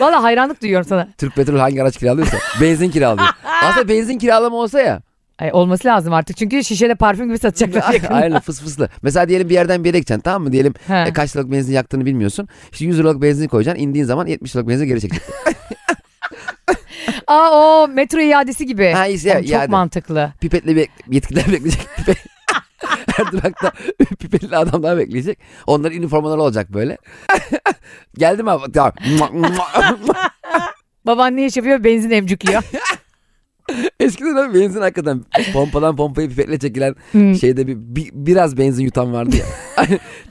Speaker 1: Valla hayranlık duyuyorum sana.
Speaker 2: Türk Petrol hangi araç kiralıyorsa benzin kiralıyor. Aslında benzin kiralama olsa ya.
Speaker 1: Ay, olması lazım artık çünkü şişede parfüm gibi satacaklar yakında.
Speaker 2: Aynen fıs fıslı. Mesela diyelim bir yerden bir yere gideceksin tamam mı? Diyelim
Speaker 1: Ha.
Speaker 2: e, kaç liralık benzin yaktığını bilmiyorsun. İşte 100 liralık benzin koyacaksın. indiğin zaman 70 liralık benzin geri çekeceksin.
Speaker 1: Aa o metro iadesi gibi.
Speaker 2: Ha, iyisi,
Speaker 1: Oğlum, çok
Speaker 2: iade.
Speaker 1: mantıklı.
Speaker 2: Pipetle bir yetkililer bekleyecek. Pipet- Her durakta pipetli adamlar bekleyecek. Onların üniformaları olacak böyle. Geldi mi abi? Tamam.
Speaker 1: Baban ne iş yapıyor? Benzin emcükliyor.
Speaker 2: Eskiden abi benzin hakikaten pompadan pompaya pipetle çekilen
Speaker 1: Hmm.
Speaker 2: şeyde bir, bir- biraz benzin yutan vardı ya.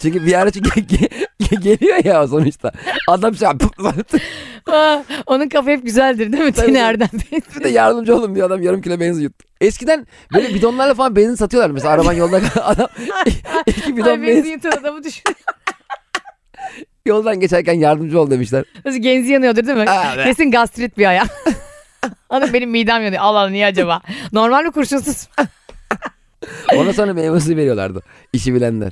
Speaker 2: Çünkü bir araç ge- ge- ge- geliyor ya sonuçta. Adam şey
Speaker 1: Aa, Onun kafa hep güzeldir değil mi?
Speaker 2: Tabii.
Speaker 1: Tinerden
Speaker 2: Bir de yardımcı olun diyor adam yarım kilo benzin yuttu. Eskiden böyle bidonlarla falan benzin satıyorlar. Mesela araban yolda kal- adam iki bidon
Speaker 1: Ay benzin
Speaker 2: benzin
Speaker 1: yutan adamı düşün.
Speaker 2: yoldan geçerken yardımcı ol demişler.
Speaker 1: Nasıl genzi yanıyordur değil mi?
Speaker 2: Aa, be.
Speaker 1: Kesin gastrit bir ayağı. Hanım benim midem yanıyor. Allah Allah niye acaba? Normal mi kurşunsuz?
Speaker 2: Ondan sonra meyvesi veriyorlardı. İşi bilenler.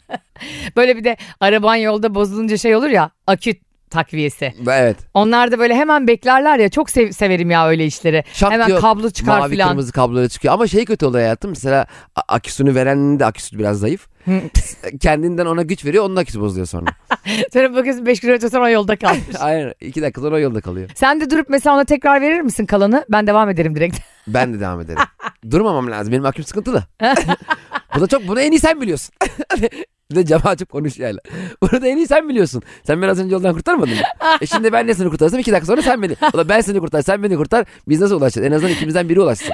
Speaker 1: Böyle bir de araban yolda bozulunca şey olur ya aküt takviyesi.
Speaker 2: Evet.
Speaker 1: Onlar da böyle hemen beklerler ya çok sev- severim ya öyle işleri.
Speaker 2: Şak
Speaker 1: hemen
Speaker 2: diyor,
Speaker 1: kablo çıkar
Speaker 2: Mavi
Speaker 1: filan.
Speaker 2: kırmızı kabloları çıkıyor. Ama şey kötü oluyor hayatım. Mesela a- aküsünü verenin de aküsü biraz zayıf. E,
Speaker 1: Hı.
Speaker 2: Kendinden ona güç veriyor. Onun aküsü bozuluyor sonra.
Speaker 1: Sonra bakıyorsun 5 kilometre sonra o yolda kalmış.
Speaker 2: Aynen. iki dakika sonra o yolda kalıyor.
Speaker 1: Sen de durup mesela ona tekrar verir misin kalanı? Ben devam ederim direkt.
Speaker 2: Ben de devam ederim. Durmamam lazım. Benim aküm sıkıntılı. bu da çok bunu en iyi sen biliyorsun. bir de cama açıp konuş yani. Bunu da en iyi sen biliyorsun. Sen beni az önce yoldan kurtarmadın mı? e şimdi ben de seni kurtarsam iki dakika sonra sen beni. O da ben seni kurtar sen beni kurtar. Biz nasıl ulaşacağız? En azından ikimizden biri ulaşsın.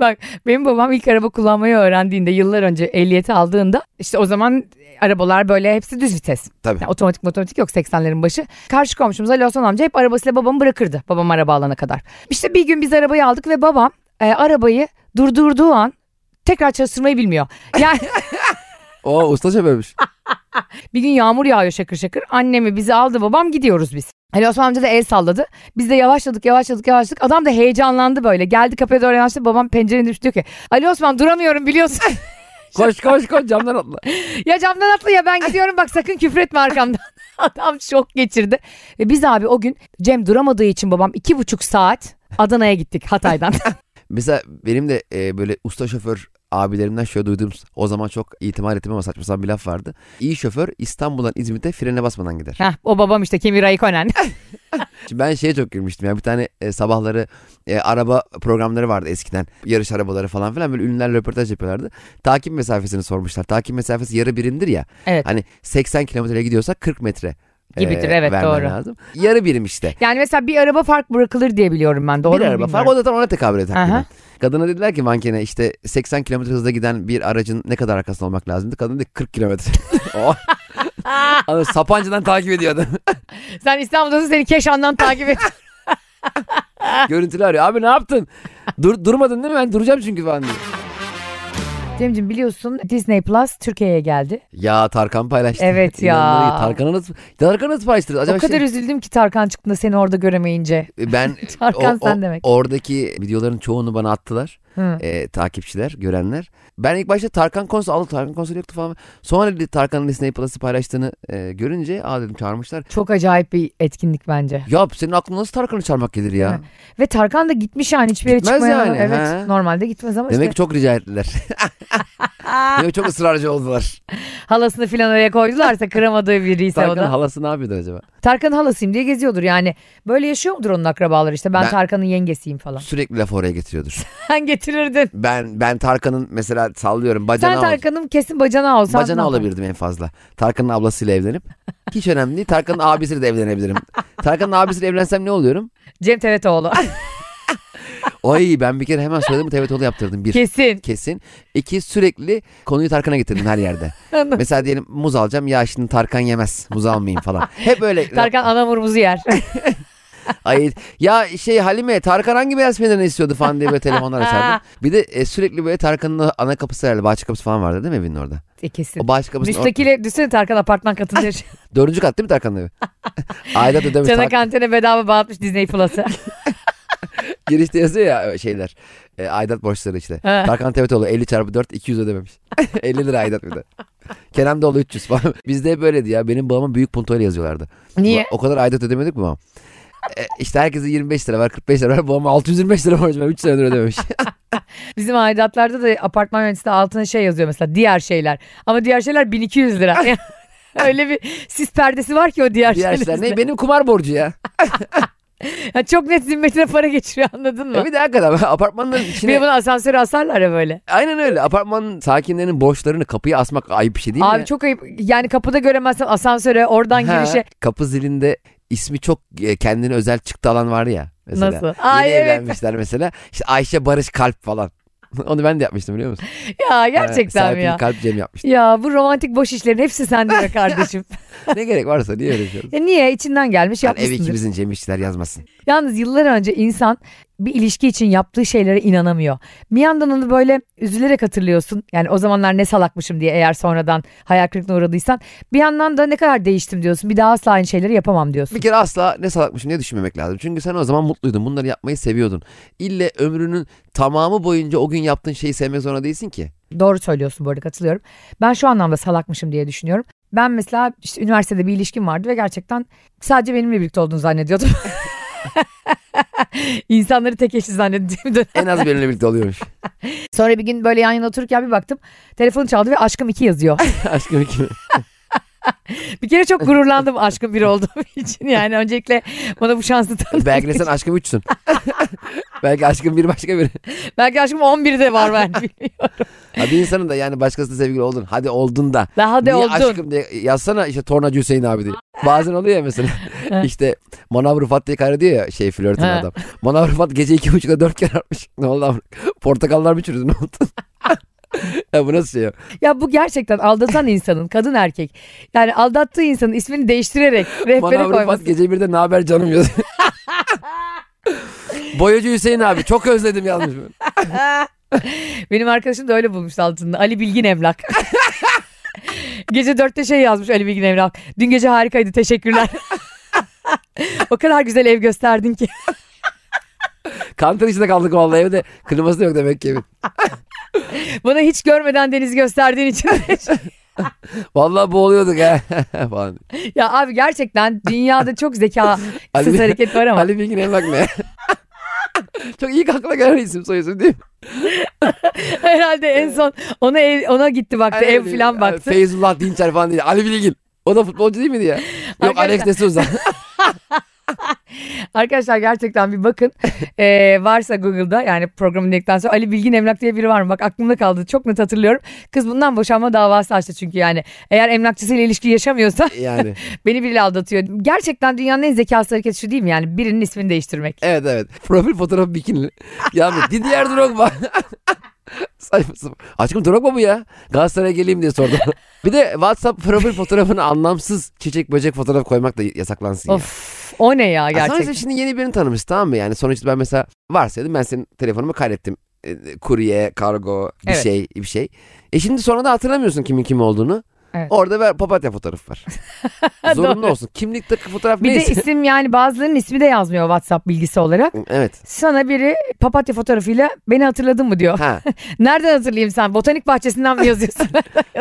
Speaker 1: Bak benim babam ilk araba kullanmayı öğrendiğinde yıllar önce ehliyeti aldığında işte o zaman e, arabalar böyle hepsi düz vites.
Speaker 2: Tabii.
Speaker 1: Yani otomatik motomatik yok 80'lerin başı. Karşı komşumuz Ali Hasan amca hep arabasıyla babamı bırakırdı babam araba alana kadar. İşte bir gün biz arabayı aldık ve babam e, arabayı durdurduğu an tekrar çalıştırmayı bilmiyor. Yani
Speaker 2: Oo usta şoförmüş.
Speaker 1: bir gün yağmur yağıyor şakır şakır. Annemi bizi aldı babam gidiyoruz biz. Ali Osman amca da el salladı. Biz de yavaşladık yavaşladık yavaşladık. Adam da heyecanlandı böyle. Geldi kapıya doğru yanaştı. Babam pencerenin düştü diyor ki Ali Osman duramıyorum biliyorsun.
Speaker 2: Koş koş koş camdan atla.
Speaker 1: Ya camdan atla ya ben gidiyorum bak sakın küfür etme arkamdan. Adam şok geçirdi. Ve biz abi o gün Cem duramadığı için babam iki buçuk saat Adana'ya gittik Hatay'dan.
Speaker 2: Mesela benim de e, böyle usta şoför abilerimden şöyle duyduğum o zaman çok itimat ettim ama saçma sapan bir laf vardı. İyi şoför İstanbul'dan İzmit'e frene basmadan gider.
Speaker 1: Heh, o babam işte Kimi Raikkonen.
Speaker 2: Şimdi ben şeye çok girmiştim ya bir tane e, sabahları e, araba programları vardı eskiden. Yarış arabaları falan filan böyle ünlülerle röportaj yapıyorlardı. Takip mesafesini sormuşlar. Takip mesafesi yarı birimdir ya.
Speaker 1: Evet.
Speaker 2: Hani 80 kilometreye gidiyorsa 40 metre. e,
Speaker 1: Gibidir, evet,
Speaker 2: vermen
Speaker 1: doğru.
Speaker 2: lazım. Yarı birim işte.
Speaker 1: Yani mesela bir araba fark bırakılır diye biliyorum ben. Doğru
Speaker 2: bir
Speaker 1: mu
Speaker 2: araba
Speaker 1: bilmiyorum.
Speaker 2: falan. O da tam ona tekabül ediyor.
Speaker 1: Aha.
Speaker 2: hakikaten. Kadına dediler ki mankene işte 80 kilometre hızla giden bir aracın ne kadar arkasında olmak lazımdı? Kadın dedi 40 kilometre. Oh. Adam Sapanca'dan takip ediyordu.
Speaker 1: Sen İstanbul'dasın seni Keşan'dan takip et.
Speaker 2: Görüntülü arıyor. Abi ne yaptın? Dur, durmadın değil mi? Ben duracağım çünkü falan diyor.
Speaker 1: Cem'ciğim biliyorsun Disney Plus Türkiye'ye geldi. Ya
Speaker 2: Ya Tarkan paylaştı.
Speaker 1: Evet ya.
Speaker 2: İnanılmaz iyi. Tarkan'ı nasıl, Tarkan'ı nasıl paylaştınız? Acaba
Speaker 1: o kadar
Speaker 2: şey-
Speaker 1: üzüldüm ki Tarkan çıktığında seni orada göremeyince.
Speaker 2: ben
Speaker 1: Tarkan sen demek.
Speaker 2: Oradaki videoların çoğunu bana attılar.
Speaker 1: Hı.
Speaker 2: e, takipçiler, görenler. Ben ilk başta Tarkan konseri aldı. Tarkan konseri yoktu falan. Sonra dedi Tarkan'ın Disney Plus'ı paylaştığını e, görünce aa dedim çağırmışlar.
Speaker 1: Çok acayip bir etkinlik bence.
Speaker 2: Ya senin aklına nasıl Tarkan'ı çağırmak gelir ya?
Speaker 1: mi? Ve Tarkan da gitmiş yani hiçbir yere
Speaker 2: Gitmez
Speaker 1: çıkmaya.
Speaker 2: yani,
Speaker 1: Evet
Speaker 2: he.
Speaker 1: normalde gitmez ama
Speaker 2: Demek
Speaker 1: işte.
Speaker 2: ki çok rica ettiler. Demek çok ısrarcı oldular.
Speaker 1: Halasını filan oraya koydularsa kıramadığı biriyse o
Speaker 2: Tarkan'ın
Speaker 1: da.
Speaker 2: halası ne yapıyordu acaba?
Speaker 1: Tarkan halasıyım diye geziyordur yani. Böyle yaşıyor mudur onun akrabaları işte ben,
Speaker 2: Ben-
Speaker 1: Tarkan'ın yengesiyim falan.
Speaker 2: Sürekli laf oraya getiriyordur.
Speaker 1: Sen getirirdin.
Speaker 2: Ben ben Tarkan'ın mesela sallıyorum
Speaker 1: Sen
Speaker 2: bacana
Speaker 1: Tarkan'ım kesin bacana olsan. ne
Speaker 2: Bacana
Speaker 1: yapardın?
Speaker 2: olabilirdim en fazla. Tarkan'ın ablasıyla evlenip. Hiç önemli değil. Tarkan'ın abisiyle de evlenebilirim. Tarkan'ın abisiyle evlensem ne oluyorum?
Speaker 1: Cem Tevetoğlu.
Speaker 2: Ay ben bir kere hemen söyledim Tevetoğlu yaptırdım. Bir.
Speaker 1: kesin.
Speaker 2: kesin. İki sürekli konuyu Tarkan'a getirdim her yerde. Mesela diyelim muz alacağım ya şimdi Tarkan yemez muz almayayım falan. Hep böyle.
Speaker 1: Tarkan anamurumuzu yer.
Speaker 2: Ay, ya şey Halime Tarkan hangi beyaz peynirini istiyordu falan diye böyle telefonlar açardım. Bir de e, sürekli böyle Tarkan'ın ana kapısı herhalde bahçe kapısı falan vardı değil mi evinin orada?
Speaker 1: E, kesin.
Speaker 2: O bahçe kapısı
Speaker 1: Müstakile düşsene Tarkan apartman katında yaşıyor.
Speaker 2: dördüncü kat değil mi Tarkan'ın evi? Aidat ödemiş.
Speaker 1: Çanak
Speaker 2: Tarkan-
Speaker 1: antene bedava bağlatmış Disney Plus'ı.
Speaker 2: Girişte yazıyor ya şeyler. E, aidat borçları işte.
Speaker 1: Ha.
Speaker 2: Tarkan Tevetoğlu 50 çarpı 4 200 ödememiş. 50 lira aidat bir de. Kenan Doğulu 300 falan. Bizde hep böyleydi ya. Benim babamın büyük puntoyla yazıyorlardı.
Speaker 1: Niye?
Speaker 2: O kadar aidat ödemedik mi babam? E, işte herkese 25 lira var 45 lira var. Babama 625 lira borç var. 3 senedir ödememiş.
Speaker 1: Bizim aidatlarda da apartman yöneticisi de altına şey yazıyor mesela diğer şeyler. Ama diğer şeyler 1200 lira. Öyle bir sis perdesi var ki o diğer,
Speaker 2: Diğer şeyler
Speaker 1: şeylerin
Speaker 2: ne? Benim kumar borcu ya.
Speaker 1: üstüne. Yani çok net zimmetine para geçiriyor anladın mı?
Speaker 2: E bir de hakikaten apartmanların
Speaker 1: Bir de
Speaker 2: içine...
Speaker 1: bunu asansöre asarlar ya böyle.
Speaker 2: Aynen öyle. Apartman sakinlerinin borçlarını kapıya asmak ayıp bir şey değil mi?
Speaker 1: Abi çok ayıp. Yani kapıda göremezsen asansöre oradan
Speaker 2: Ha,
Speaker 1: girişe.
Speaker 2: Kapı zilinde ismi çok e, kendine özel çıktı alan var ya. Mesela.
Speaker 1: Nasıl?
Speaker 2: Yeni
Speaker 1: Ay, evet.
Speaker 2: evlenmişler mesela. İşte Ayşe Barış Kalp falan. Onu ben de yapmıştım biliyor musun? Ee,
Speaker 1: Ya gerçekten mi
Speaker 2: Serpil
Speaker 1: ya?
Speaker 2: Kalp Cem yapmıştı.
Speaker 1: Ya bu romantik boş işlerin hepsi sende be kardeşim.
Speaker 2: ne gerek varsa niye öyle yapıyoruz?
Speaker 1: ya niye? içinden gelmiş
Speaker 2: Yani Hani ev
Speaker 1: Şey yapmışsındır.
Speaker 2: ikimizin Cem işçiler yazmasın.
Speaker 1: Yalnız yıllar önce insan bir ilişki için yaptığı şeylere inanamıyor. Bir yandan onu böyle üzülerek hatırlıyorsun. Yani o zamanlar ne salakmışım diye eğer sonradan hayal kırıklığına uğradıysan. Bir yandan da ne kadar değiştim diyorsun. Bir daha asla aynı şeyleri yapamam diyorsun.
Speaker 2: Bir kere asla ne salakmışım diye düşünmemek lazım. Çünkü sen o zaman mutluydun. Bunları yapmayı seviyordun. İlle ömrünün tamamı boyunca o gün yaptığın şeyi sevmek zorunda değilsin ki.
Speaker 1: Doğru söylüyorsun bu arada katılıyorum. Ben şu anlamda salakmışım diye düşünüyorum. Ben mesela işte üniversitede bir ilişkim vardı ve gerçekten sadece benimle birlikte olduğunu zannediyordum. İnsanları tek eşli zannettiğim dönem.
Speaker 2: En az benimle birlikte oluyormuş.
Speaker 1: Sonra bir gün böyle yan yana otururken bir baktım. Telefonu çaldı ve aşkım iki yazıyor.
Speaker 2: Aşkım kim?
Speaker 1: Bir kere çok gururlandım aşkın biri olduğum için. Yani öncelikle bana bu şansı tanı.
Speaker 2: Belki de sen aşkım üçsün. Belki aşkım bir başka biri.
Speaker 1: Belki aşkım 11'i de var ben bilmiyorum.
Speaker 2: Ha bir insanın da yani başkasıyla sevgili oldun. Hadi oldun da.
Speaker 1: Daha da
Speaker 2: Niye
Speaker 1: oldun.
Speaker 2: aşkım diye yazsana işte Tornacı Hüseyin abi diye. Bazen oluyor ya mesela işte Manav Rıfat diye kayrı diyor ya şey flörtün
Speaker 1: He.
Speaker 2: adam. Manav Rıfat gece iki buçukta dört kere atmış. Ne oldu abi? Portakallar mı çürüdü ne oldu? ya bu nasıl şey ya?
Speaker 1: Ya bu gerçekten aldatan insanın kadın erkek. Yani aldattığı insanın ismini değiştirerek rehbere
Speaker 2: Manav
Speaker 1: koyması.
Speaker 2: Rıfat gece birde ne haber canım yazıyor. Boyacı Hüseyin abi çok özledim yazmış.
Speaker 1: Benim arkadaşım da öyle bulmuştu altında. Ali Bilgin Emlak. gece dörtte şey yazmış Ali Bilgin Emlak. Dün gece harikaydı teşekkürler. o kadar güzel ev gösterdin ki.
Speaker 2: Kantar içinde kaldık vallahi evde. Kliması da yok demek ki evin.
Speaker 1: Bana hiç görmeden deniz gösterdiğin için.
Speaker 2: Vallahi boğuluyorduk ha. falan.
Speaker 1: ya abi gerçekten dünyada çok zekasız
Speaker 2: Ali-
Speaker 1: hareket var ama.
Speaker 2: Ali Bilgin Emlak ne? Çok iyi akla gelen isim soyisim değil mi?
Speaker 1: Herhalde en son ona ev, ona gitti baktı
Speaker 2: Aynen
Speaker 1: ev
Speaker 2: öyle.
Speaker 1: falan baktı.
Speaker 2: Feyzullah Dinçer falan değil. Ali Bilgin. O da futbolcu değil miydi ya? Yok
Speaker 1: Arkadaşlar-
Speaker 2: Alex de Souza.
Speaker 1: Arkadaşlar gerçekten bir bakın. Ee, varsa Google'da yani programın linkten sonra Ali Bilgin Emlak diye biri var mı? Bak aklımda kaldı. Çok net hatırlıyorum. Kız bundan boşanma davası açtı çünkü yani. Eğer emlakçısıyla ilişki yaşamıyorsa
Speaker 2: yani.
Speaker 1: beni biriyle aldatıyor. Gerçekten dünyanın en zekası hareketi şu değil mi? Yani birinin ismini değiştirmek.
Speaker 2: Evet evet. Profil fotoğrafı bikinli. Ya bir Didier Drogba. Saçma sapan. Aşkım Drogba bu ya. Galatasaray'a geleyim diye sordu. bir de WhatsApp profil fotoğrafına anlamsız çiçek böcek fotoğraf koymak da yasaklansın ya.
Speaker 1: Of o ne ya
Speaker 2: Gerçekten.
Speaker 1: gerçekten.
Speaker 2: şimdi yeni birini tanımış tamam mı? Yani sonuçta ben mesela varsaydım ben senin telefonumu kaydettim. E, kurye, kargo, bir
Speaker 1: Evet.
Speaker 2: şey, bir şey. E şimdi sonra da hatırlamıyorsun kimin kim olduğunu.
Speaker 1: Evet.
Speaker 2: Orada ver papatya fotoğrafı var. Zorunlu
Speaker 1: Doğru.
Speaker 2: olsun. Kimlikte fotoğraf
Speaker 1: Bir de
Speaker 2: neyse.
Speaker 1: isim yani bazılarının ismi de yazmıyor WhatsApp bilgisi olarak.
Speaker 2: Evet.
Speaker 1: Sana biri papatya fotoğrafıyla beni hatırladın mı diyor.
Speaker 2: Ha.
Speaker 1: Nereden hatırlayayım sen? Botanik bahçesinden mi yazıyorsun?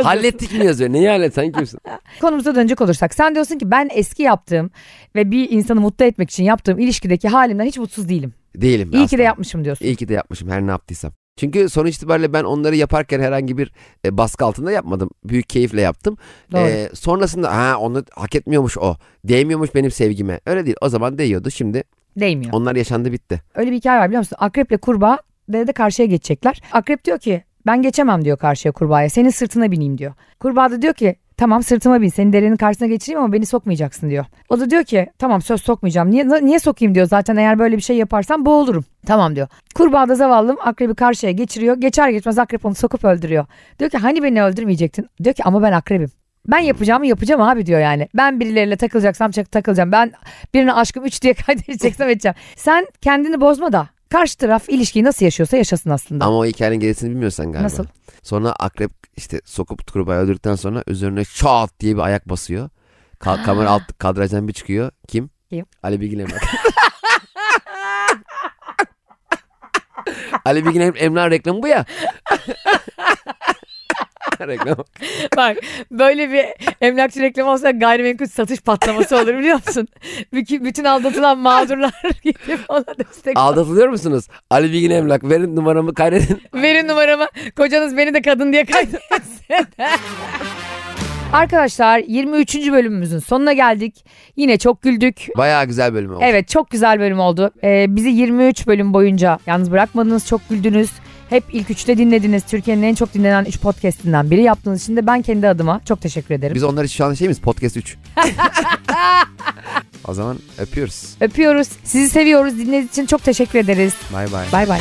Speaker 2: Hallettik mi yazıyor? Neyi hallet? Sen kimsin?
Speaker 1: Konumuza dönecek olursak sen diyorsun ki ben eski yaptığım ve bir insanı mutlu etmek için yaptığım ilişkideki halimden hiç mutsuz değilim.
Speaker 2: Değilim.
Speaker 1: İyi ki
Speaker 2: asla.
Speaker 1: de yapmışım diyorsun.
Speaker 2: İyi ki de yapmışım her ne yaptıysam. Çünkü sonuç itibariyle ben onları yaparken herhangi bir e, baskı altında yapmadım. Büyük keyifle yaptım.
Speaker 1: Doğru.
Speaker 2: E, sonrasında ha onu hak etmiyormuş o. Değmiyormuş benim sevgime. Öyle değil. O zaman değiyordu. Şimdi
Speaker 1: Değmiyor.
Speaker 2: onlar yaşandı bitti.
Speaker 1: Öyle bir hikaye var biliyor musun? Akreple kurbağa derede karşıya geçecekler. Akrep diyor ki ben geçemem diyor karşıya kurbağaya. Senin sırtına bineyim diyor. Kurbağa da diyor ki tamam sırtıma bin seni derenin karşısına geçireyim ama beni sokmayacaksın diyor. O da diyor ki tamam söz sokmayacağım. Niye, niye sokayım diyor zaten eğer böyle bir şey yaparsam boğulurum. Tamam diyor. Kurbağa da zavallım akrebi karşıya geçiriyor. Geçer geçmez akrep onu sokup öldürüyor. Diyor ki hani beni öldürmeyecektin? Diyor ki ama ben akrebim. Ben yapacağımı yapacağım abi diyor yani. Ben birileriyle takılacaksam çak- takılacağım. Ben birine aşkım 3 diye kaydedeceksem edeceğim. Sen kendini bozma da karşı taraf ilişkiyi nasıl yaşıyorsa yaşasın aslında.
Speaker 2: Ama o hikayenin gerisini bilmiyorsan galiba.
Speaker 1: Nasıl?
Speaker 2: Sonra akrep işte sokup kurbağayı öldürdükten sonra üzerine şat diye bir ayak basıyor. Ka- kamera alt kadrajdan bir çıkıyor. Kim?
Speaker 1: Kim?
Speaker 2: Ali Bilgin'e bak. Ali Bilgin Em- Emrah reklamı bu ya. Reklam.
Speaker 1: Bak böyle bir emlakçı reklamı olsa gayrimenkul satış patlaması olur biliyor musun? Bütün, bütün aldatılan mağdurlar gidip ona destek.
Speaker 2: Aldatılıyor musunuz? Ali Bilgin Emlak verin numaramı kaydedin.
Speaker 1: Verin numaramı. Kocanız beni de kadın diye kaydetsin. Arkadaşlar 23. bölümümüzün sonuna geldik. Yine çok güldük.
Speaker 2: Bayağı güzel bölüm oldu.
Speaker 1: Evet çok güzel bölüm oldu. Ee, bizi 23 bölüm boyunca yalnız bırakmadınız. Çok güldünüz. Hep ilk üçte dinlediniz. Türkiye'nin en çok dinlenen 3 podcastinden biri yaptığınız için de ben kendi adıma çok teşekkür ederim.
Speaker 2: Biz onlar için şu an şey miyiz? Podcast 3. o zaman öpüyoruz.
Speaker 1: Öpüyoruz. Sizi seviyoruz. Dinlediğiniz için çok teşekkür ederiz.
Speaker 2: Bay bay.
Speaker 1: Bay bay.